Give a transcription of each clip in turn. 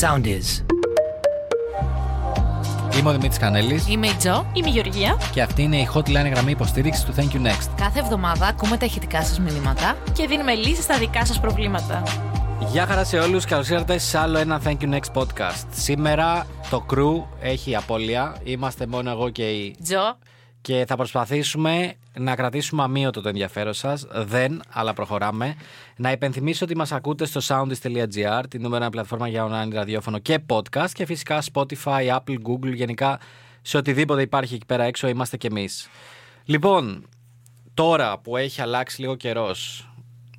sound is. Είμαι ο Δημήτρης Κανέλης Είμαι η Τζο. Είμαι η Γεωργία και αυτή είναι η hotline γραμμή υποστήριξης του Thank you Next. Κάθε εβδομάδα ακούμε τα ηχητικά σας μηνύματα. και δίνουμε λύσεις στα δικά σας προβλήματα. Γεια χαρά σε όλους, καλώς ήρθατε σε άλλο ένα Thank you Next podcast. Σήμερα το crew έχει απώλεια. Είμαστε μόνο εγώ και η. Τζο, Και θα προσπαθήσουμε να κρατήσουμε αμύωτο το ενδιαφέρον σας. Δεν, αλλά προχωράμε. Να υπενθυμίσω ότι μας ακούτε στο soundist.gr, την νούμερα πλατφόρμα για online ραδιόφωνο και podcast. Και φυσικά Spotify, Apple, Google, γενικά σε οτιδήποτε υπάρχει εκεί πέρα έξω είμαστε κι εμείς. Λοιπόν, τώρα που έχει αλλάξει λίγο καιρός.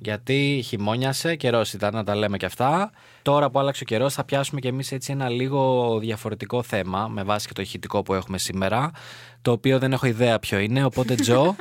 Γιατί χειμώνιασε, καιρό ήταν να τα λέμε και αυτά. Τώρα που άλλαξε ο καιρός, θα πιάσουμε κι εμείς έτσι ένα λίγο διαφορετικό θέμα με βάση και το ηχητικό που έχουμε σήμερα. Το οποίο δεν έχω ιδέα ποιο είναι. Οπότε, Τζο,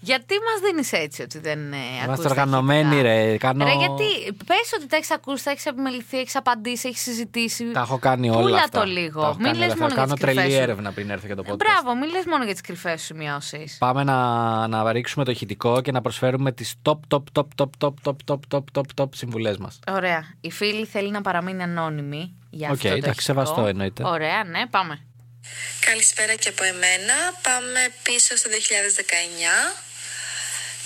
γιατί μας δίνεις έτσι ότι δεν ε, ακούς είμαστε τα οργανωμένοι, ηχητικά? ρε. Κάνω... Ρε, γιατί πες ότι τα έχεις ακούσει, τα έχεις επιμεληθεί, έχεις απαντήσει, έχεις συζητήσει. Τα έχω κάνει όλα. Πούλα αυτά. το λίγο. Τα έχω Μην κάνει λες όλα αυτά. μόνο για Κάνω τις κρυφές τρελή σου. έρευνα πριν έρθω για το Ε, podcast. Μπράβο, μην λες μόνο για τις κρυφές σου σημειώσεις. Πάμε να, να ρίξουμε το ηχητικό και να προσφέρουμε τις top, top, top, top, top, top, top, top, top, top συμβουλές μας. Ωραία. Η φίλη θέλει να παραμείνει ανώνυμη για Οκ, αυτό το εντάξει, ηχητικό. σεβαστό εννοείται. Ωραία, ναι, πάμε. Καλησπέρα και από εμένα. Πάμε πίσω στο 2019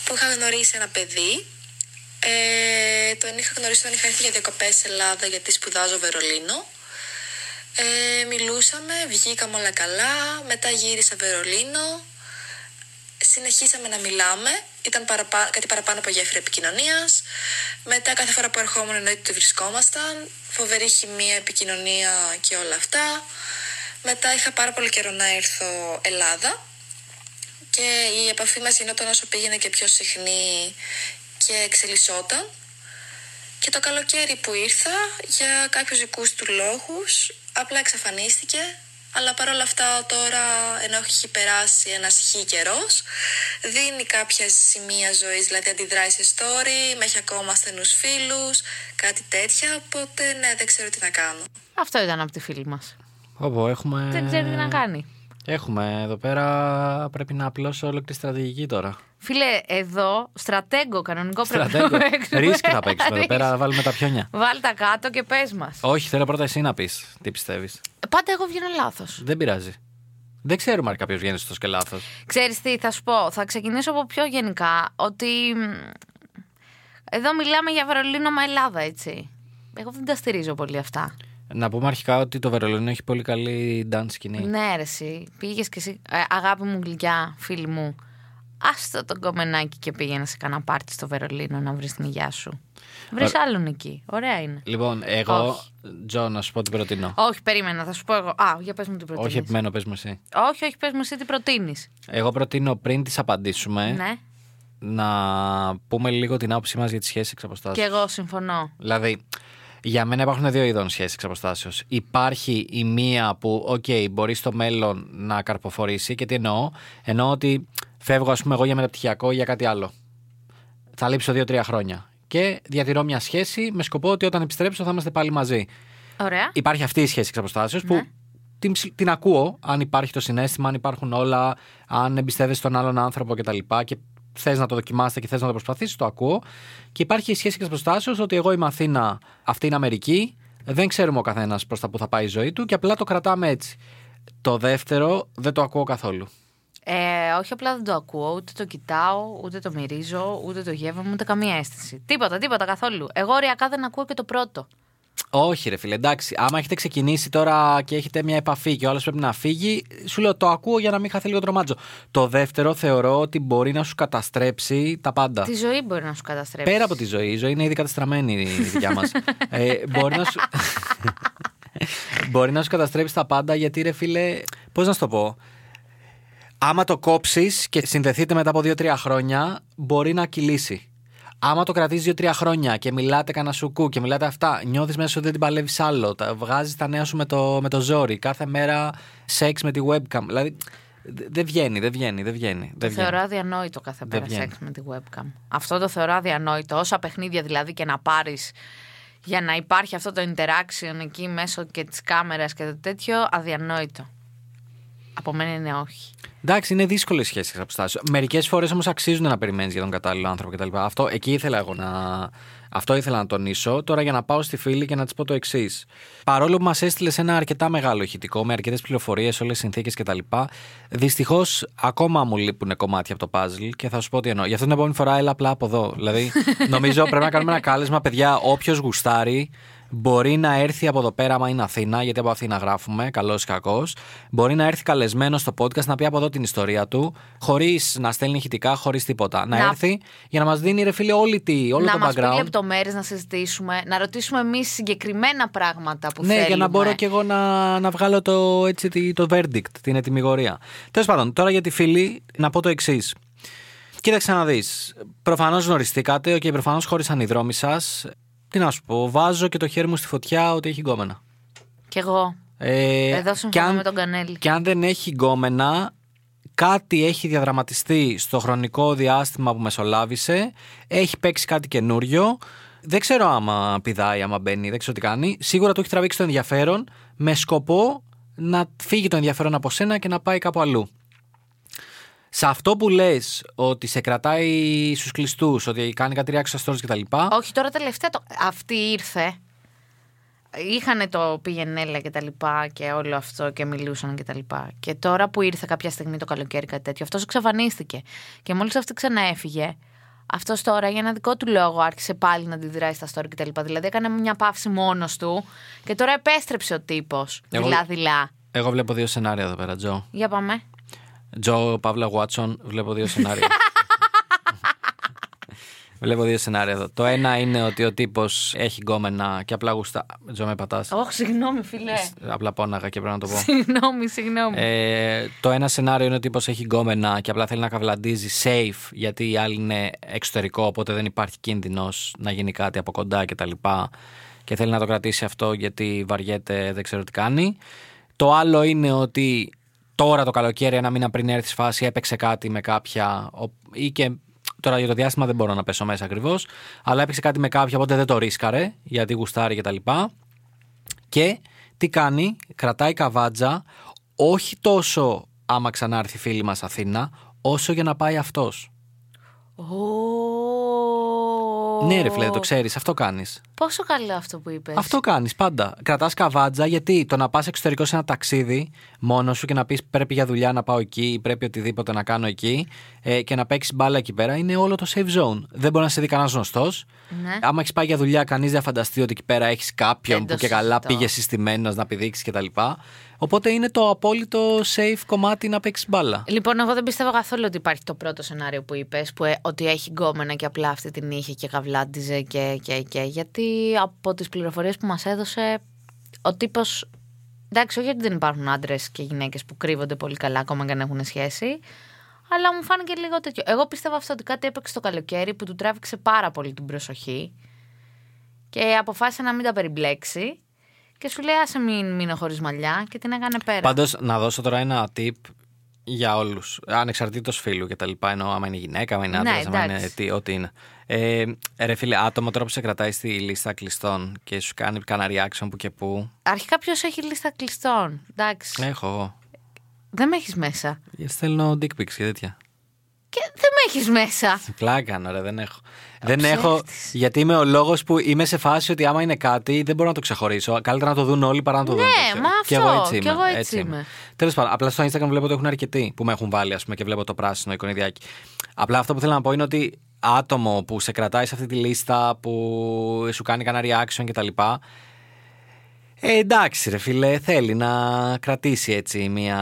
που είχα γνωρίσει ένα παιδί. Ε, τον είχα γνωρίσει όταν είχα έρθει για διακοπές στην Ελλάδα γιατί σπουδάζω Βερολίνο. Ε, μιλούσαμε, βγήκαμε όλα καλά, μετά γύρισα Βερολίνο. Συνεχίσαμε να μιλάμε, ήταν παραπα... κάτι παραπάνω από γέφυρα επικοινωνίας. Μετά, κάθε φορά που ερχόμουν, εννοείται ότι βρισκόμασταν. Φοβερή χημεία, επικοινωνία και όλα αυτά. Μετά είχα πάρα πολύ καιρό να έρθω Ελλάδα και η επαφή μας γινόταν όσο πήγαινε και πιο συχνή και εξελισσόταν. Και το καλοκαίρι που ήρθα, για κάποιους δικούς του λόγους, απλά εξαφανίστηκε. Αλλά παρόλα αυτά τώρα, ενώ έχει περάσει ένας χι καιρός, δίνει κάποια σημεία ζωής, δηλαδή αντιδράει σε story, με έχει ακόμα στενούς φίλους, κάτι τέτοια, οπότε ναι, δεν ξέρω τι να κάνω. Αυτό ήταν από τη φίλη μας. Όπω έχουμε. Δεν ξέρει τι να κάνει. Έχουμε εδώ πέρα. Πρέπει να απλώσω όλη τη στρατηγική τώρα. Φίλε, εδώ στρατέγκο κανονικό πρέπει να Στρατέγκο. παίξουμε. Ρίσκ θα παίξουμε εδώ Ρίσκ. πέρα, θα βάλουμε τα πιόνια. Βάλ τα κάτω και πες μας. Όχι, θέλω πρώτα εσύ να πεις τι πιστεύεις. Πάντα εγώ βγαίνω λάθος. Δεν πειράζει. Δεν ξέρουμε αν κάποιος βγαίνει στο και λάθος. Ξέρεις τι, θα σου πω. Θα ξεκινήσω από πιο γενικά. Ότι. μ, Εδώ μιλάμε για Βερολίνο μα Ελλάδα, έτσι. Εγώ δεν τα στηρίζω πολύ αυτά. Να πούμε αρχικά ότι το Βερολίνο έχει πολύ καλή dance σκηνή. Ναι, ρε, εσύ. Πήγες και εσύ. ε, αγάπη μου, γλυκιά, φίλη μου. Άστο τον κομμενάκι και πήγαινε σε κανένα πάρτι στο Βερολίνο να βρεις την υγειά σου. Βρεις άλλον εκεί. Ωραία είναι. Λοιπόν, εγώ, Όχι. Τζο, να σου πω τι προτείνω. Όχι, περίμενα, θα σου πω εγώ. Α, για πες μου την προτείνεις. Όχι, επιμένω, πες μου εσύ. Όχι, όχι, πες μου εσύ τι προτείνεις. Εγώ προτείνω πριν τις απαντήσουμε Ναι. να πούμε λίγο την άποψή μας για τη σχέση εξ αποστάσεως. Και εγώ συμφωνώ. Δηλαδή, για μένα υπάρχουν δύο ειδών σχέσεις εξ αποστάσεως. Υπάρχει η μία που, οκ, μπορεί στο μέλλον να καρποφορήσει. Και τι εννοώ, εννοώ ότι φεύγω, ας πούμε, εγώ για μεταπτυχιακό ή για κάτι άλλο. Θα λείψω δύο-τρία χρόνια. Και διατηρώ μια σχέση με σκοπό ότι όταν επιστρέψω θα είμαστε πάλι μαζί. Ωραία. Υπάρχει αυτή η σχέση εξ αποστάσεως που την, ψη- την ακούω αν υπάρχει το συνέστημα, αν υπάρχουν όλα, αν εμπιστεύεσαι τον άλλον άνθρωπο κτλ. Και θες να το δοκιμάσετε και θες να το προσπαθήσεις, το ακούω. Και υπάρχει η σχέση εξ αποστάσεως ότι εγώ είμαι Αθήνα, αυτή είναι Αμερική. Δεν ξέρουμε ο καθένας προς τα που θα πάει η ζωή του και απλά το κρατάμε έτσι. Το δεύτερο δεν το ακούω καθόλου. Ε, όχι απλά δεν το ακούω, ούτε το κοιτάω, ούτε το μυρίζω, ούτε το γεύομαι, ούτε καμία αίσθηση. Τίποτα, τίποτα καθόλου. Εγώ ωριακά δεν ακούω και το πρώτο. Όχι, ρε φίλε, εντάξει. Άμα έχετε ξεκινήσει τώρα και έχετε μια επαφή και ο άλλος πρέπει να φύγει, σου λέω το ακούω για να μην χαθεί λίγο τρομάτζο. Το δεύτερο θεωρώ ότι μπορεί να σου καταστρέψει τα πάντα. Τη ζωή μπορεί να σου καταστρέψει. Πέρα από τη ζωή, η ζωή είναι ήδη καταστραμμένη η δικιά μας. ε, μπορεί να σου. μπορεί να σου καταστρέψει τα πάντα γιατί ρε φίλε. Πώς να σου το πω. Άμα το κόψεις και συνδεθείτε μετά από 2-3 χρόνια, μπορεί να κυλήσει. Άμα το κρατήσει 2-3 χρόνια και μιλάτε κανένα σουκού και μιλάτε αυτά, νιώθεις μέσα σου ότι δεν την παλεύεις άλλο. Τα, βγάζεις τα νέα σου με το, με το ζόρι. Κάθε μέρα σεξ με τη webcam. Δηλαδή δε- δεν βγαίνει, δεν βγαίνει, δεν βγαίνει. Το Δεν βγαίνει. θεωρώ αδιανόητο κάθε Δεν πέρα βγαίνει. σεξ με τη webcam. Αυτό το θεωρώ αδιανόητο. Όσα παιχνίδια δηλαδή και να πάρεις για να υπάρχει αυτό το interaction εκεί μέσω και της κάμερας και το τέτοιο, αδιανόητο. Από μένα είναι όχι. Εντάξει, είναι δύσκολες οι σχέσει εξ αποστάσεω. Μερικές φορές όμως αξίζουν να περιμένεις για τον κατάλληλο άνθρωπο κτλ. Αυτό εκεί ήθελα εγώ να. Αυτό ήθελα να τονίσω. Τώρα για να πάω στη φίλη και να της πω το εξής. Παρόλο που μας έστειλες ένα αρκετά μεγάλο ηχητικό με αρκετές πληροφορίες, όλες τις συνθήκες κτλ. Δυστυχώς ακόμα μου λείπουν κομμάτια από το puzzle και θα σου πω τι εννοώ. Γι' αυτό την επόμενη φορά έλα απλά από εδώ. Δηλαδή, νομίζω πρέπει να κάνουμε ένα κάλεσμα, παιδιά. Όποιος γουστάρει, Μπορεί να έρθει από εδώ πέρα, άμα είναι Αθήνα, γιατί από Αθήνα γράφουμε, καλός ή κακός. Μπορεί να έρθει καλεσμένο στο podcast να πει από εδώ την ιστορία του, χωρίς να στέλνει ηχητικά, χωρίς τίποτα. Να, Να- έρθει για να μας δίνει ρε φίλε όλη τη, όλο να το μας πει background. λεπτομέρειες, να συζητήσουμε, να ρωτήσουμε εμείς συγκεκριμένα πράγματα που ναι, θέλουμε. για να μπορώ και εγώ να, να βγάλω το, έτσι, τη- το verdict, την ετοιμιγορία. Τέλος πάντων, τώρα για τη φίλη, να πω το εξής. Κοίταξε να δεις. Προφανώς γνωριστήκατε, και προφανώ χώρισαν οι δρόμοι σας. Τι να σου πω, βάζω και το χέρι μου στη φωτιά ότι έχει γκόμενα. Κι εγώ. Ε, Εδώ συμφωνώ κι αν- με τον Κανέλη. Και αν δεν έχει γκόμενα, κάτι έχει διαδραματιστεί στο χρονικό διάστημα που μεσολάβησε. Έχει παίξει κάτι καινούριο. Δεν ξέρω άμα πηδάει, άμα μπαίνει, δεν ξέρω τι κάνει. Σίγουρα του έχει τραβήξει το ενδιαφέρον με σκοπό να φύγει το ενδιαφέρον από σένα και να πάει κάπου αλλού. Σε αυτό που λες ότι σε κρατάει στους κλειστούς, ότι κάνει κάτι reaction στα stories κτλ. Όχι, τώρα τελευταία το... αυτή ήρθε. Είχανε το πηγενέλα και τα λοιπά και όλο αυτό και μιλούσαν και τα λοιπά. Και τώρα που ήρθε κάποια στιγμή το καλοκαίρι κάτι τέτοιο, αυτός εξαφανίστηκε. Και μόλις αυτή ξαναέφυγε, αυτός τώρα για ένα δικό του λόγο άρχισε πάλι να αντιδράει στα story και τα λοιπά. Δηλαδή έκανε μια παύση μόνος του και τώρα επέστρεψε ο τύπος. Εγώ- Δειλά-δειλά. Εγώ βλέπω δύο σενάρια εδώ πέρα, Τζο. Για πάμε. Τζο Παύλα Βάτσον, βλέπω δύο σενάρια. βλέπω δύο σενάρια εδώ. Το ένα είναι ότι ο τύπος έχει γκόμενα και απλά γουστά. Τζο, με πατάς. Όχι, συγγνώμη φίλε. Απλά πόναγα και πρέπει να το πω. συγγνώμη, συγγνώμη. Ε, το ένα σενάριο είναι ότι ο τύπος έχει γκόμενα και απλά θέλει να καβλαντίζει safe γιατί η άλλη είναι εξωτερικό οπότε δεν υπάρχει κίνδυνος να γίνει κάτι από κοντά και τα λοιπά και θέλει να το κρατήσει αυτό γιατί βαριέται δεν ξέρω τι κάνει. Το άλλο είναι ότι τώρα το καλοκαίρι ένα μήνα πριν έρθεις στη φάση έπαιξε κάτι με κάποια ο- ή και Τώρα για το διάστημα δεν μπορώ να πέσω μέσα ακριβώς. Αλλά έπαιξε κάτι με κάποια, οπότε δεν το ρίσκαρε, γιατί γουστάρει κτλ. Και τι κάνει, κρατάει καβάτζα όχι τόσο άμα ξανάρθει η φίλη μας Αθήνα, όσο για να πάει αυτός. Ω. Ε. Ναι ρε φίλε, το ξέρεις, αυτό κάνεις. Πόσο καλό αυτό που είπες. Αυτό κάνεις πάντα. Κρατάς καβάτζα γιατί το να πας εξωτερικό σε ένα ταξίδι μόνος σου και να πεις πρέπει για δουλειά να πάω εκεί ή πρέπει οτιδήποτε να κάνω εκεί ε, και να παίξεις μπάλα εκεί πέρα είναι όλο το safe zone. Δεν μπορεί να σε δει κανένας γνωστός. Ναι. Άμα έχεις πάει για δουλειά, κανείς δεν φανταστεί ότι εκεί πέρα έχεις κάποιον Δεν το που και καλά συζητώ. πήγε συστημένος να πηδήξει κτλ. Οπότε είναι το απόλυτο safe κομμάτι να παίξεις μπάλα. Λοιπόν, εγώ δεν πιστεύω καθόλου ότι υπάρχει το πρώτο σενάριο που είπες, που ε, ότι έχει γκόμενα και απλά αυτή την είχε και καβλάντιζε και, και, και. Γιατί από τις πληροφορίες που μας έδωσε, ο τύπος. Εντάξει, όχι ότι δεν υπάρχουν άντρες και γυναίκες που κρύβονται πολύ καλά ακόμα και αν έχουν σχέση. Αλλά μου φάνηκε λίγο τέτοιο. Εγώ πιστεύω αυτό ότι κάτι έπαιξε το καλοκαίρι που του τράβηξε πάρα πολύ την προσοχή και αποφάσισε να μην τα περιμπλέξει. Και σου λέει, άσε μην μείνω χωρίς μαλλιά και την έκανε πέρα. Πάντως, να δώσω τώρα ένα tip για όλους. Ανεξαρτήτως φίλου και τα λοιπά. Εννοώ, άμα είναι γυναίκα, άμα είναι Ναι, άντρας, άμα εντάξει. είναι τι, ό,τι είναι. Ε, ρε φίλε, άτομο τώρα που σε κρατάει στη λίστα κλειστών και σου κάνει κανένα reaction που και που. Αρχικά ποιος έχει λίστα κλειστών. Εντάξει. Έχω εγώ. Δεν με έχεις μέσα. Γιατί στέλνω dick pics και τέτοια. Και δεν με έχεις μέσα. Πλάκα, κάνω, ρε, δεν έχω. δεν έχω. Γιατί είμαι ο λόγος που είμαι σε φάση ότι άμα είναι κάτι δεν μπορώ να το ξεχωρίσω. Καλύτερα να το δουν όλοι παρά να το δουν. Ναι, μα Και αυτό, εγώ έτσι κι είμαι. εγώ έτσι είμαι. Τέλος πάντων, απλά στο Instagram βλέπω ότι έχουν αρκετοί που με έχουν βάλει, ας πούμε, και βλέπω το πράσινο εικονιδιάκι. Απλά αυτό που θέλω να πω είναι ότι άτομο που σε κρατάει σε αυτή τη λίστα, που σου κάνει κανένα reaction κτλ. Ε, εντάξει ρε φίλε, θέλει να κρατήσει έτσι μια...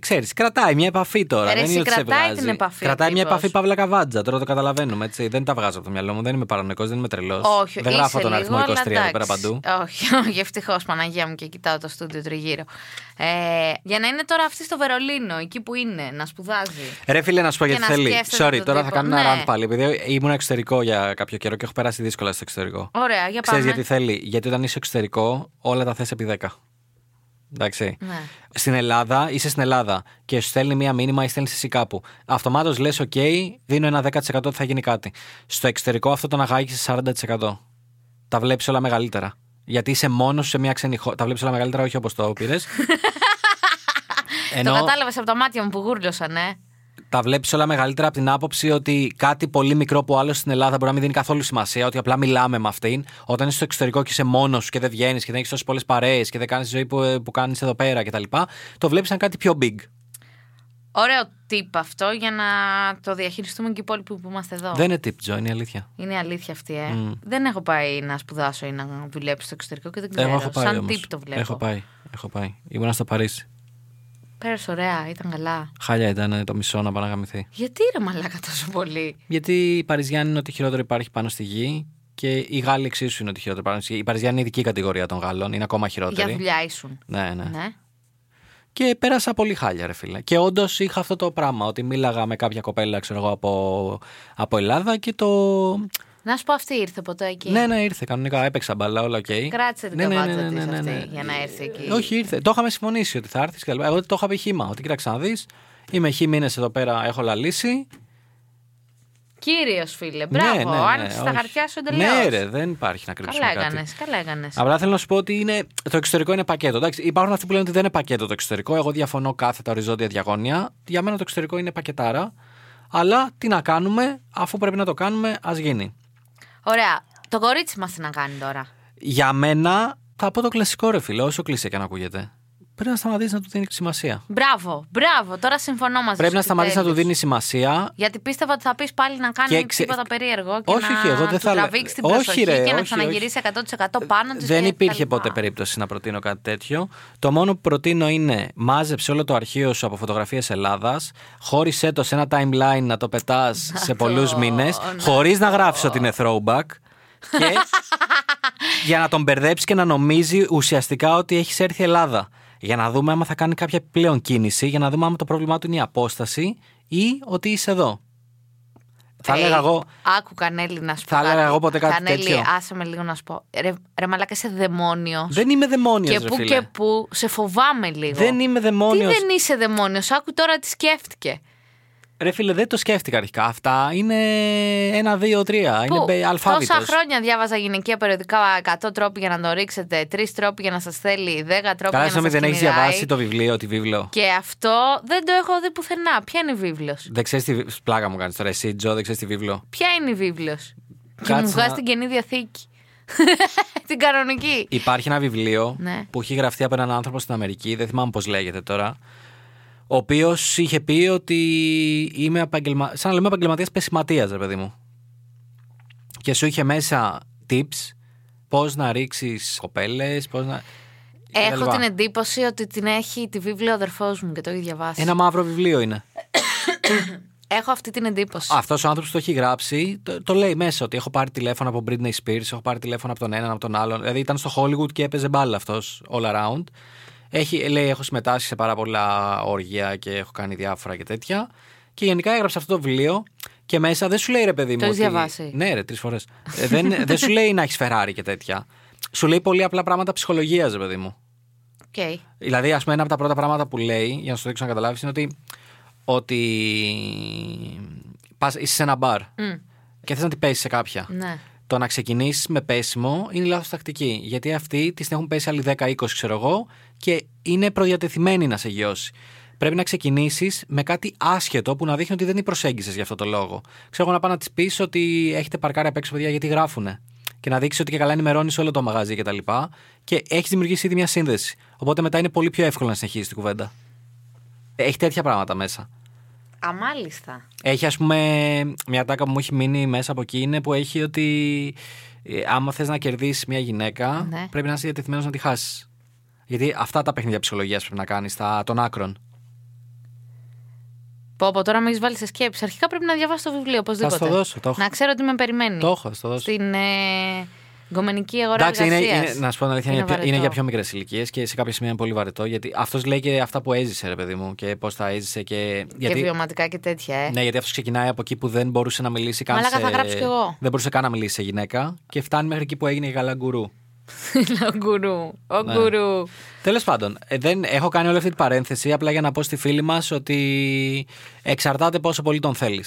Ξέρεις, κρατάει μια επαφή τώρα. Ε, Ρε, δεν εσύ είναι ότι σε κρατάει βγάζει. την επαφή ο Κρατάει μια τύπος. επαφή Παύλα Καβάντζα. Τώρα το καταλαβαίνουμε. Έτσι. Δεν τα βγάζω από το μυαλό μου. Δεν είμαι παρανοϊκός, δεν είμαι τρελός. όχι, δεν είσαι γράφω τον λίγο, αριθμό 23 αλλά εδώ πέρα εντάξει. παντού. Όχι, όχι, ευτυχώς Παναγία μου και κοιτάω το στούντιο τριγύρω. Ε, για να είναι τώρα αυτή στο Βερολίνο, εκεί που είναι, να σπουδάζει. Ρε φίλε, να σου πω Και γιατί να θέλει. σκέφτεται Sorry, τον τώρα θα τύπο. κάνω ένα Ναι. rant πάλι. Επειδή ήμουν εξωτερικό για κάποιο καιρό και έχω περάσει δύσκολα στο εξωτερικό. Ωραία, για πάμε. Ξέρει γιατί θέλει. Γιατί όταν είσαι εξωτερικό, όλα τα θες επί 10. Εντάξει. Ναι. Στην Ελλάδα, είσαι στην Ελλάδα και σου στέλνει μία μήνυμα ή στέλνεις εσύ κάπου. Αυτομάτως λες: OK, δίνω ένα 10% ότι θα γίνει κάτι. Στο εξωτερικό αυτό το να σε 40%. Τα βλέπεις όλα μεγαλύτερα. Γιατί είσαι μόνος σε μία ξένη χώρα. Τα βλέπεις όλα μεγαλύτερα, όχι όπως το πήρες. Το Ενώ- κατάλαβες από τα μάτια μου που γούρλωσαν, ε. Τα βλέπεις όλα μεγαλύτερα από την άποψη ότι κάτι πολύ μικρό που άλλο στην Ελλάδα μπορεί να μην δίνει καθόλου σημασία, ότι απλά μιλάμε με αυτήν. Όταν είσαι στο εξωτερικό και είσαι μόνος σου και δεν βγαίνεις και δεν έχεις τόσες πολλές παρέες και δεν κάνεις τη ζωή που, ε, που κάνεις εδώ πέρα κτλ. Το βλέπεις σαν κάτι πιο big. Ωραίο tip αυτό για να το διαχειριστούμε και οι υπόλοιποι που είμαστε εδώ. Δεν Mm. είναι tip, Τζο, είναι η αλήθεια. Είναι αλήθεια αυτή, ε. Δεν έχω πάει να σπουδάσω ή να δουλέψω στο εξωτερικό και δεν ξέρω. Εγώ έχω πάει. Σαν όμως. tip Ναι, το βλέπω. Έχω πάει. Έχω πάει. Ήμουνα στο Παρίσι. Πέρασε ωραία, ήταν καλά. Χάλια ήταν ε, το μισό να παναγαμηθεί. Γιατί ρε μαλάκα τόσο πολύ. Γιατί οι Παριζιάνοι είναι ότι χειρότερο υπάρχει πάνω στη γη και οι Γάλλοι εξίσου είναι ότι χειρότερο πάνω στη γη. Οι Παριζιάνοι είναι ειδική κατηγορία των Γάλλων, είναι ακόμα Για χειρότεροι. δουλειά ήσουν. Ναι, ναι. Ναι. Και πέρασα πολύ χάλια, ρε φίλε. Και όντως είχα αυτό το πράγμα, ότι μίλαγα με κάποια κοπέλα, ξέρω εγώ, από, από Ελλάδα και το. Να σου πω αυτή ήρθε ποτέ εκεί. Ναι, ναι, ήρθε κανονικά. Έπαιξα μπαλά, όλα οκ. Κράτησε την Ναι, ναι, καβάτσα ναι, της ναι, ναι, αυτή ναι. για να έρθει εκεί. Όχι, ήρθε. Το είχαμε συμφωνήσει ότι θα έρθεις και τα λοιπά. Εγώ το είχα πει χήμα. Ότι κοίταξα να δεις. Είμαι χ μήνε εδώ πέρα, έχω λαλήσει. Κύριος φίλε, μπράβο. ναι, ναι, ναι, Άνοιξε τα όχι. χαρτιά σου εντελώς. Ναι, ρε, δεν υπάρχει να κρύψουμε Καλά κάτι. έκανες. Καλά έκανες. Απλά θέλω να σου πω ότι είναι, το εξωτερικό είναι πακέτο. Εντάξει, υπάρχουν αυτοί που λένε ότι δεν είναι πακέτο το εξωτερικό. Εγώ διαφωνώ κάθετα οριζόντια διαγώνια. Για μένα το εξωτερικό είναι πακετάρα. Αλλά τι να κάνουμε, αφού πρέπει να το κάνουμε, ας γίνει. Ωραία. Το κορίτσι μας τι να κάνει τώρα. Για μένα, θα πω το κλασικό ρε φίλε, όσο κλείσει και αν ακούγεται. Πρέπει να σταματήσει να του δίνει σημασία. Μπράβο, μπράβο. Τώρα συμφωνώ μαζί πρέπει σου να σταματήσει να του επιτέλους. δίνει σημασία. Γιατί πίστευα ότι θα πεις πάλι να κάνει Και ξε- τίποτα περίεργο και Όχι, να όχι, εγώ δεν του θα λέ- τραβήξει την Όχι, προσοχή ρε, και να όχι, ξαναγυρίσει 100% πάνω της. Δεν υπήρχε ποτέ περίπτωση να προτείνω κάτι τέτοιο. Το μόνο που προτείνω είναι μάζεψε όλο το αρχείο σου από φωτογραφίες Ελλάδας, χώρισε το σε ένα timeline να το πετάς σε πολλούς μήνες, ναι. χωρίς να γράψει ότι είναι throwback. Και για να τον μπερδέψει και να νομίζει ουσιαστικά ότι έχεις έρθει Ελλάδα. Για να δούμε άμα θα κάνει κάποια επιπλέον κίνηση, για να δούμε άμα το πρόβλημά του είναι η απόσταση ή ότι είσαι εδώ. Θα έλεγα εγώ. Άκου Κανέλη να σου πω. Θα έλεγα εγώ ποτέ κάτι Κανέλη, τέτοιο. άσε με λίγο να σου πω. Ρε, ρε μαλάκα, είσαι δαιμόνιος. Δεν είμαι δαιμόνιος Και ρε που φίλε. και που σε φοβάμαι λίγο. Δεν είμαι Τι δαιμόνιος. δεν είσαι δαιμόνιος, άκου τώρα τι σκέφτηκε. Ρε φίλε, δεν το σκέφτηκα αρχικά. Αυτά είναι ένα, δύο, τρία. Πού, Είναι αλφάβητος. τόσα χρόνια διάβαζα γυναικεία περιοδικά 100 τρόποι για να το ρίξετε, 3 τρόποι για να σας θέλει, 10 τρόποι Καλά, για να συγγνώμη, σας δεν έχεις διαβάσει το βιβλίο, τη βίβλο. Και αυτό δεν το έχω δει πουθενά. Ποια είναι η βίβλος. Δεν ξέρεις τι. βι- Πλάκα μου κάνεις τώρα. Εσύ, Τζο, δεν ξέρεις τη βίβλο. Ποια είναι η βίβλος. Και Κάτσε μου βγάζει να- την καινή διαθήκη. την κανονική. Υπάρχει ένα βιβλίο Ναι. που έχει γραφτεί από έναν άνθρωπο στην Αμερική, δεν θυμάμαι πώς λέγεται τώρα. Ο οποίος είχε πει ότι είμαι επαγγελμα... σαν να λέμε επαγγελματίας πεσηματίας, ρε παιδί μου. Και σου είχε μέσα tips πώς να ρίξεις κοπέλες, πώς να. Έχω κτλ. την εντύπωση ότι την έχει τη βίβλιο ο αδερφός μου και το έχει διαβάσει. Ένα μαύρο βιβλίο είναι. Έχω αυτή την εντύπωση. Αυτός ο άνθρωπος που το έχει γράψει, το, το λέει μέσα ότι έχω πάρει τηλέφωνο από Britney Spears, έχω πάρει τηλέφωνο από τον έναν, από τον άλλον. Δηλαδή ήταν στο Hollywood και έπαιζε μπάλα αυτός all around. Έχει, λέει, έχω συμμετάσχει σε πάρα πολλά όργια και έχω κάνει διάφορα και τέτοια. Και γενικά έγραψε αυτό το βιβλίο και μέσα δεν σου λέει ρε παιδί μου. Το έχεις ότι- διαβάσει? Ναι, ρε, τρεις φορές. δεν, δεν σου λέει να έχεις Ferrari και τέτοια. Σου λέει πολύ απλά πράγματα ψυχολογίας, ρε παιδί μου. Okay. Δηλαδή, ας πούμε, ένα από τα πρώτα πράγματα που λέει, για να σου το δείξω να καταλάβεις, είναι ότι, ότι πας, είσαι σε ένα μπαρ και θες να την πέσεις σε κάποια. Ναι. Το να ξεκινήσεις με πέσιμο είναι λάθος τακτική. Γιατί αυτοί τη την έχουν πέσει άλλοι 10-20, ξέρω εγώ, και είναι προδιατεθειμένοι να σε γιώσει. Πρέπει να ξεκινήσεις με κάτι άσχετο που να δείχνει ότι δεν την προσέγγισες γι' αυτό το λόγο. Ξέρω εγώ να πάω να της πεις ότι έχετε παρκάρει απ' έξω, παιδιά, γιατί γράφουνε. Και να δείξεις ότι και καλά ενημερώνεις όλο το μαγαζί κτλ. Και, τα λοιπά. και έχεις δημιουργήσει ήδη μια σύνδεση. Οπότε μετά είναι πολύ πιο εύκολο να συνεχίσεις την κουβέντα. Έχει τέτοια πράγματα μέσα. Αμάλιστα. Έχει, ας πούμε, μια τάκα που μου έχει μείνει μέσα από εκεί είναι που έχει ότι ε, άμα θες να κερδίσεις μια γυναίκα, Ναι. πρέπει να είσαι διατεθειμένος να τη χάσεις. Γιατί αυτά τα παιχνίδια ψυχολογίας πρέπει να κάνεις, τα των άκρων. Πω, πω, τώρα με έχεις βάλει σε σκέψη. Αρχικά πρέπει να διαβάσω το βιβλίο, οπωσδήποτε. το δώσω, το έχω. Να ξέρω τι με περιμένει. Το έχω, θα το δώσω. Ναι. Στην ε, γκομενική αγορά Εντάξει, είναι, εργασίας. είναι- να σου πω την αλήθεια, είναι, για πιο- είναι βαρετό. για πιο μικρές ηλικίες και σε κάποια σημεία είναι πολύ βαρετό. Γιατί αυτός λέει και αυτά που έζησε, ρε παιδί μου, και πώς τα έζησε. Και, γιατί, Και βιωματικά και τέτοια, ε. ναι, γιατί αυτός ξεκινάει από εκεί που δεν μπορούσε να μιλήσει καν. Μαλάκα, σε- θα γράψω κι εγώ. Δεν μπορούσε καν να μιλήσει σε γυναίκα και φτάνει μέχρι εκεί που έγινε η γαλαγκουρού. Ο γκουρού. Ο Ναι. γκουρού. Τέλος πάντων, ε, δεν, έχω κάνει όλη αυτή την παρένθεση απλά για να πω στη φίλη μας ότι εξαρτάται πόσο πολύ τον θέλεις.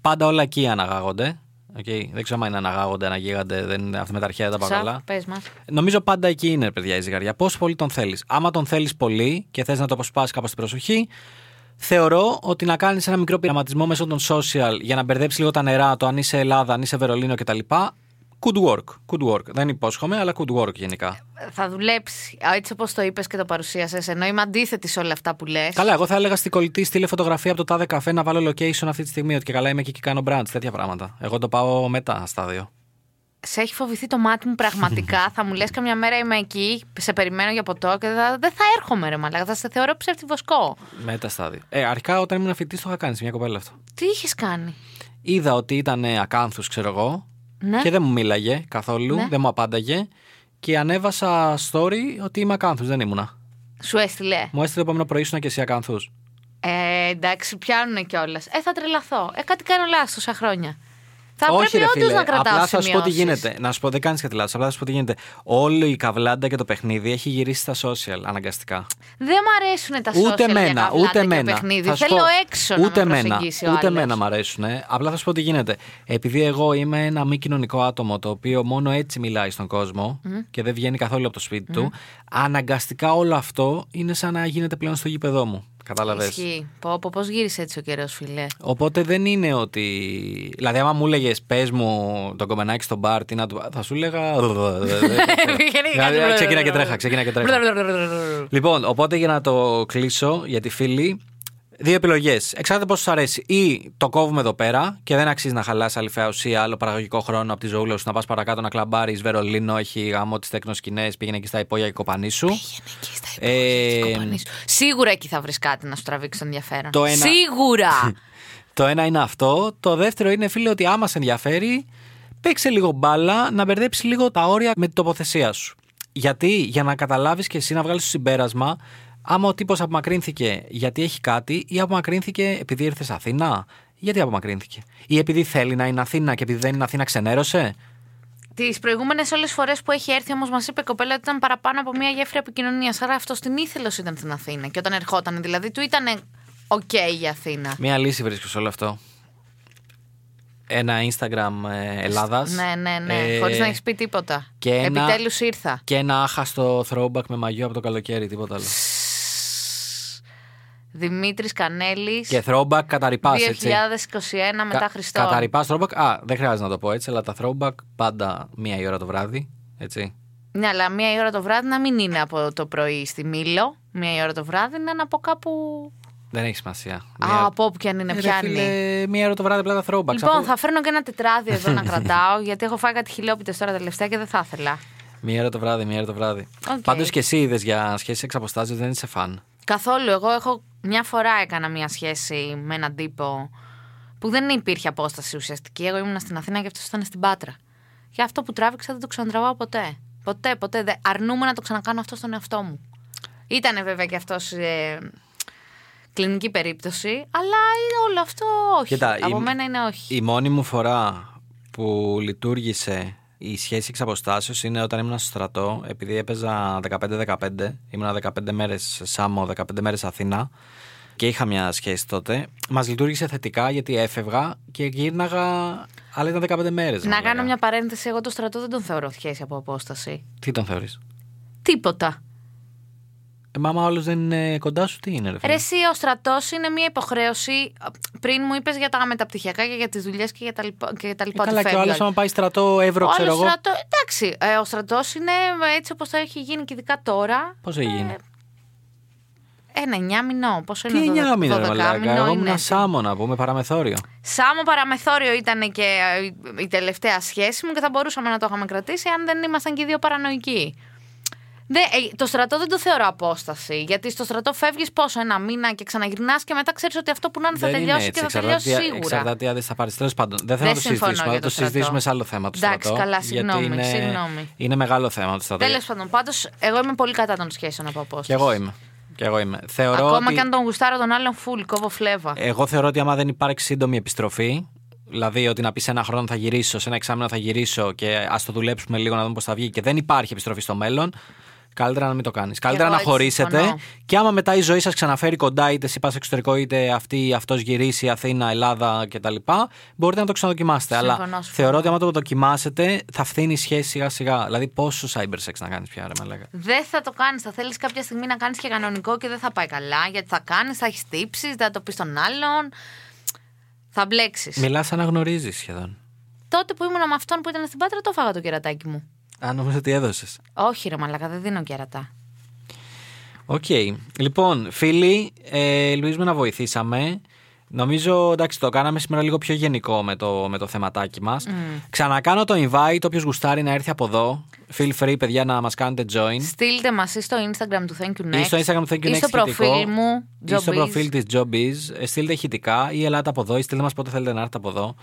Πάντα όλα εκεί αναγάγονται. Οκ. Δεν ξέρω αν είναι αναγάγονται, αναγίγανται, δεν είναι αυτή με τα αρχαία δεν τα πάω καλά. Σα, πες μας. Νομίζω πάντα εκεί είναι, παιδιά, η ζυγαριά. Πόσο πολύ τον θέλεις. Άμα τον θέλεις πολύ και θες να το αποσπάσεις κάπως την προσοχή, θεωρώ ότι να κάνεις ένα μικρό πειραματισμό μέσω των social για να μπερδέψεις λίγο τα νερά, το αν είσαι Ελλάδα, αν είσαι Βερολίνο κτλ. Could work. Could work. Δεν υπόσχομαι, αλλά could work γενικά. Θα δουλέψει. Α, Έτσι όπως το είπες και το παρουσίασες, ενώ είμαι αντίθετη σε όλα αυτά που λες. Καλά, εγώ θα έλεγα στην κολλητή στείλε φωτογραφία από το τάδε καφέ να βάλω location αυτή τη στιγμή. Ότι και καλά είμαι εκεί και κάνω branch, τέτοια πράγματα. Εγώ το πάω μετά στα δύο. Σε έχει φοβηθεί το μάτι μου πραγματικά. θα μου λες καμιά μέρα είμαι εκεί, σε περιμένω για ποτό και θα- δεν θα έρχομαι ρε μαλάκα. Θα σε θεωρώ ψευτιβοσκό. Μετά στα δύο. Ε, αρχικά όταν ήμουν φοιτητής το είχα κάνει σε μια κοπέλα αυτό. Τι είχες κάνει. Είδα ότι ήταν ακάνθους, ξέρω εγώ. Ναι. Και δεν μου μίλαγε καθόλου, Ναι. δεν μου απάνταγε. Και ανέβασα story ότι είμαι ακάνθους, δεν ήμουνα. Σου έστειλε. Μου έστειλε το επόμενο πρωί ήσουν και εσύ ακάνθους. Ε, εντάξει, πιάνουν κιόλας. Ε, θα τρελαθώ. Ε, κάτι κάνω λάθος τόσα χρόνια. Θα Όχι, ρε πρέπει όντως φίλε. να κρατάω απλά θα σου πω τι σημειώσεις. γίνεται. Να σου πω, δεν κάνεις κάτι λάθο. Απλά θα σου πω τι γίνεται. Όλη η καβλάντα και το παιχνίδι έχει γυρίσει στα social αναγκαστικά. Δεν μ' αρέσουν τα social Ούτε για εμένα, καβλάτα ούτε και εμένα. παιχνίδι. Θα σου Θέλω πω, έξω ούτε να με εμένα, προσεγγίσει ο Ούτε άλλος. εμένα μ' αρέσουν. ε. Απλά θα σου πω τι γίνεται. Επειδή εγώ είμαι ένα μη κοινωνικό άτομο το οποίο μόνο έτσι μιλάει στον κόσμο και δεν βγαίνει καθόλου από το σπίτι του, αναγκαστικά όλο αυτό είναι σαν να γίνεται πλέον στο γήπεδό μου. Κατάλαβες. Ισχύει. Πω, πω, πώς γύρισε έτσι ο καιρός φίλε. Οπότε δεν είναι ότι. Δηλαδή, άμα μου έλεγες πες μου τον κομμενάκι στο μπαρ, τι να του. Θα σου έλεγα. Δηλαδή, Ξεκινά και τρέχα, ξεκινά και τρέχα. Λοιπόν, οπότε για να το κλείσω, γιατί φίλοι, δύο επιλογές. Εξάρτητα πώ σου αρέσει. Ή το κόβουμε εδώ πέρα και δεν αξίζει να χαλάσει αληθέα ουσία, άλλο παραγωγικό χρόνο από τη ζωούλα σου, να πας παρακάτω να κλαμπάρεις Βερολίνο, έχει γαμό τη τέκνο πήγαινε εκεί στα υπόγεια και κοπανί σου. Πήγαινε εκεί στα Ε, υπόγεια της κοπανής. Σίγουρα εκεί θα βρεις κάτι να σου τραβήξει τον ενδιαφέρον. Το ένα- Σίγουρα! Το ένα είναι αυτό. Το δεύτερο είναι, φίλε, ότι άμα σε ενδιαφέρει, παίξε λίγο μπάλα να μπερδέψει λίγο τα όρια με την τοποθεσία σου. Γιατί, για να καταλάβεις και εσύ να βγάλεις το συμπέρασμα, άμα ο τύπος απομακρύνθηκε γιατί έχει κάτι, ή απομακρύνθηκε επειδή ήρθε σε Αθήνα. Γιατί απομακρύνθηκε. Ή επειδή θέλει να είναι Αθήνα και επειδή δεν είναι Αθήνα ξενέρωσε. Τις προηγούμενες όλες φορές που έχει έρθει όμως, μας είπε η κοπέλα ότι ήταν παραπάνω από μία γέφυρα επικοινωνίας. Άρα αυτός την ήθελο ήταν στην Αθήνα. Και όταν ερχόταν, δηλαδή του ήταν οκ η Αθήνα. Μία λύση βρίσκω σε όλο αυτό. Ένα Instagram ε, Ελλάδας. Ναι, ναι, ναι. Χωρίς να έχεις πει τίποτα. ε, και ένα- Επιτέλους ήρθα. Και ένα άχαστο throwback με μαγιό από το καλοκαίρι, τίποτα άλλο. Δημήτρης Κανέλης. Και throwback καταρρυπάς, έτσι. 2021 μετά Χριστό. Καταρρυπάς throwback. Α, δεν χρειάζεται να το πω έτσι, αλλά τα throwback πάντα μία η ώρα το βράδυ. Έτσι. Ναι, αλλά μία η ώρα το βράδυ να μην είναι από το πρωί στη Μήλο. Μία η ώρα το βράδυ να είναι από κάπου. Δεν έχει σημασία. Α, από όπου και αν είναι, Ε, ρε πιάνει. φίλε, μία ώρα το βράδυ απλά τα throwback. Λοιπόν, Αφού- θα φέρνω και ένα τετράδιο εδώ να κρατάω, γιατί έχω φάει κάτι χιλόπιτε τώρα τελευταία και δεν θα ήθελα. Μία ώρα το βράδυ, μία ώρα το βράδυ. Οκ. Πάντως και εσύ είδες για σχέση εξ αποστάσεως, δεν είσαι φαν. Καθόλου. Εγώ έχω μια φορά έκανα μια σχέση με έναν τύπο που δεν υπήρχε απόσταση ουσιαστική. Εγώ ήμουν στην Αθήνα και αυτός ήταν στην Πάτρα. Και αυτό που τράβηξα δεν το ξανατραβάω ποτέ. Ποτέ, ποτέ. Δεν αρνούμε να το ξανακάνω αυτό στον εαυτό μου. Ήτανε βέβαια και αυτός ε, κλινική περίπτωση, αλλά είναι όλο αυτό όχι. Κοίτα, Από η- μένα είναι όχι. Η μόνη μου φορά που λειτουργήσε η σχέση εξ αποστάσεως είναι όταν ήμουν στο στρατό, επειδή έπαιζα 15-15, ήμουνα 15 μέρες Σάμο, 15 μέρες Αθήνα και είχα μια σχέση τότε. Μας λειτουργήσε θετικά γιατί έφευγα και γύρναγα, αλλά ήταν 15 μέρες. Να λέγα. κάνω μια παρένθεση. Εγώ το στρατό δεν τον θεωρώ σχέση από απόσταση. Τι τον θεωρείς? Τίποτα. Ε, μα άμα όλος δεν είναι κοντά σου, τι είναι ρε Ρε, φίλε. Ε, εσύ, ο στρατός είναι μια υποχρέωση. Πριν μου είπες για τα μεταπτυχιακά και για τις δουλειές και για τα λοιπά. Και για τα λοιπά Ε, καλά και ότι ο φεύγει άλλος όλο. άμα πάει στρατό εύρω Ο ξέρω άλλος εγώ. στρατό- εντάξει, ε, ο στρατός είναι ε, έτσι όπως το έχει γίνει και ειδικά τώρα. Πώς έχει γίνει. Ε, Ένα εννιά μηνό. Πόσο Τι είναι εννιά δωδεκα- μήνα ρε δωδεκάμηνο μαλάκα, εγώ είναι. ήμουν Σάμο να πούμε, παραμεθόριο. Σάμο παραμεθόριο ήταν και ε, η- η τελευταία σχέση μου και θα μπορούσαμε να το είχαμε κρατήσει αν δεν ήμασταν και οι δύο παρανοϊκοί. Δε, ε, το στρατό δεν το θεωρώ απόσταση. Γιατί στο στρατό φεύγεις πόσο, ένα μήνα και ξαναγυρνάς και μετά ξέρεις ότι αυτό που να είναι θα Δεν είναι τελειώσει έτσι, και θα εξαρτάται τελειώσει τι- σίγουρα. Εξαρτάται αν δεν θα πάρεις. Τέλος πάντων, δεν θέλω Δεν να το συμφωνώ συζητήσουμε. για Θα το το στρατό. συζητήσουμε σε άλλο θέμα του Εντάξει, στρατό. καλά, γιατί συγγνώμη, είναι, συγγνώμη. Είναι μεγάλο θέμα το στρατό. Τέλος πάντων, πάντως, εγώ είμαι πολύ κατά των σχέσεων από Και απόσταση. εγώ είμαι. Και εγώ είμαι. Θεωρώ Ακόμα ότι... Ε. και αν τον γουστάρω τον άλλον φουλ, κόβω φλέβα. Εγώ θεωρώ ότι άμα δεν υπάρχει σύντομη επιστροφή, δηλαδή ότι να πεις ένα χρόνο θα γυρίσω, σε ένα εξάμεινο θα γυρίσω και ας το δουλέψουμε λίγο να δούμε πώς θα βγει και δεν υπάρχει επιστροφή στο μέλλον, Καλύτερα να μην το κάνεις. Καλύτερα εγώ να έτσι χωρίσετε. συμφωνώ. Και άμα μετά η ζωή σας ξαναφέρει κοντά, είτε εσύ πα εξωτερικό, είτε αυτή αυτός γυρίσει Αθήνα, Ελλάδα κτλ., μπορείτε να το ξαναδοκιμάσετε. Αλλά Συμφωνώ, συμφωνώ. θεωρώ ότι άμα το δοκιμάσετε, θα φθίνει η σχέση σιγά-σιγά. Δηλαδή, πόσο cyber sex να κάνεις πια, ρε Μαλάκα. Δεν θα το κάνεις. Θα θέλεις κάποια στιγμή να κάνεις και κανονικό και δεν θα πάει καλά. Γιατί θα κάνεις, θα έχεις τύψεις, θα το πεις στον άλλον. Θα μπλέξεις. Μιλάς σαν να γνωρίζεις σχεδόν. Τότε που ήμουν με αυτόν που ήταν στην πάτρα, το φάγα το κερατάκι μου. Αν νομίζω ότι έδωσες. Όχι, ρε Μαλακά, δεν δίνω κερατά. Οκ. Λοιπόν, φίλοι, ε, ελπίζουμε να βοηθήσαμε. Νομίζω, εντάξει, το κάναμε σήμερα λίγο πιο γενικό με το, με το θεματάκι μας. Ξανακάνω το invite, όποιος γουστάρει να έρθει από εδώ. Feel free, παιδιά, να μας κάνετε join. Στείλτε μας ή στο Instagram του Thank you Next. Ή στο Instagram του Thank you Ναι. ή Next στο προφίλ ηχητικό, μου. Ή στο Jobbiz. προφίλ της Jobbiz. Ε, Στείλτε ηχητικά ή ελάτε από εδώ ή στείλτε μας πότε θέλετε να έρθετε από εδώ.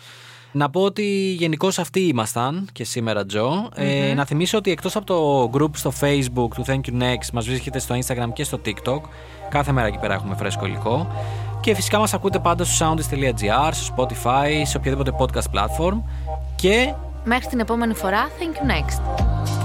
Να πω ότι γενικώς αυτοί ήμασταν και σήμερα, Τζο. Ε, να θυμίσω ότι εκτός από το group στο Facebook του Thank you Next, μας βρίσκεται στο Instagram και στο TikTok. Κάθε μέρα εκεί πέρα έχουμε φρέσκο υλικό. Και φυσικά μας ακούτε πάντα στο soundist.gr, στο Spotify, σε οποιαδήποτε podcast platform. Και Μέχρι την επόμενη φορά, Thank you Next.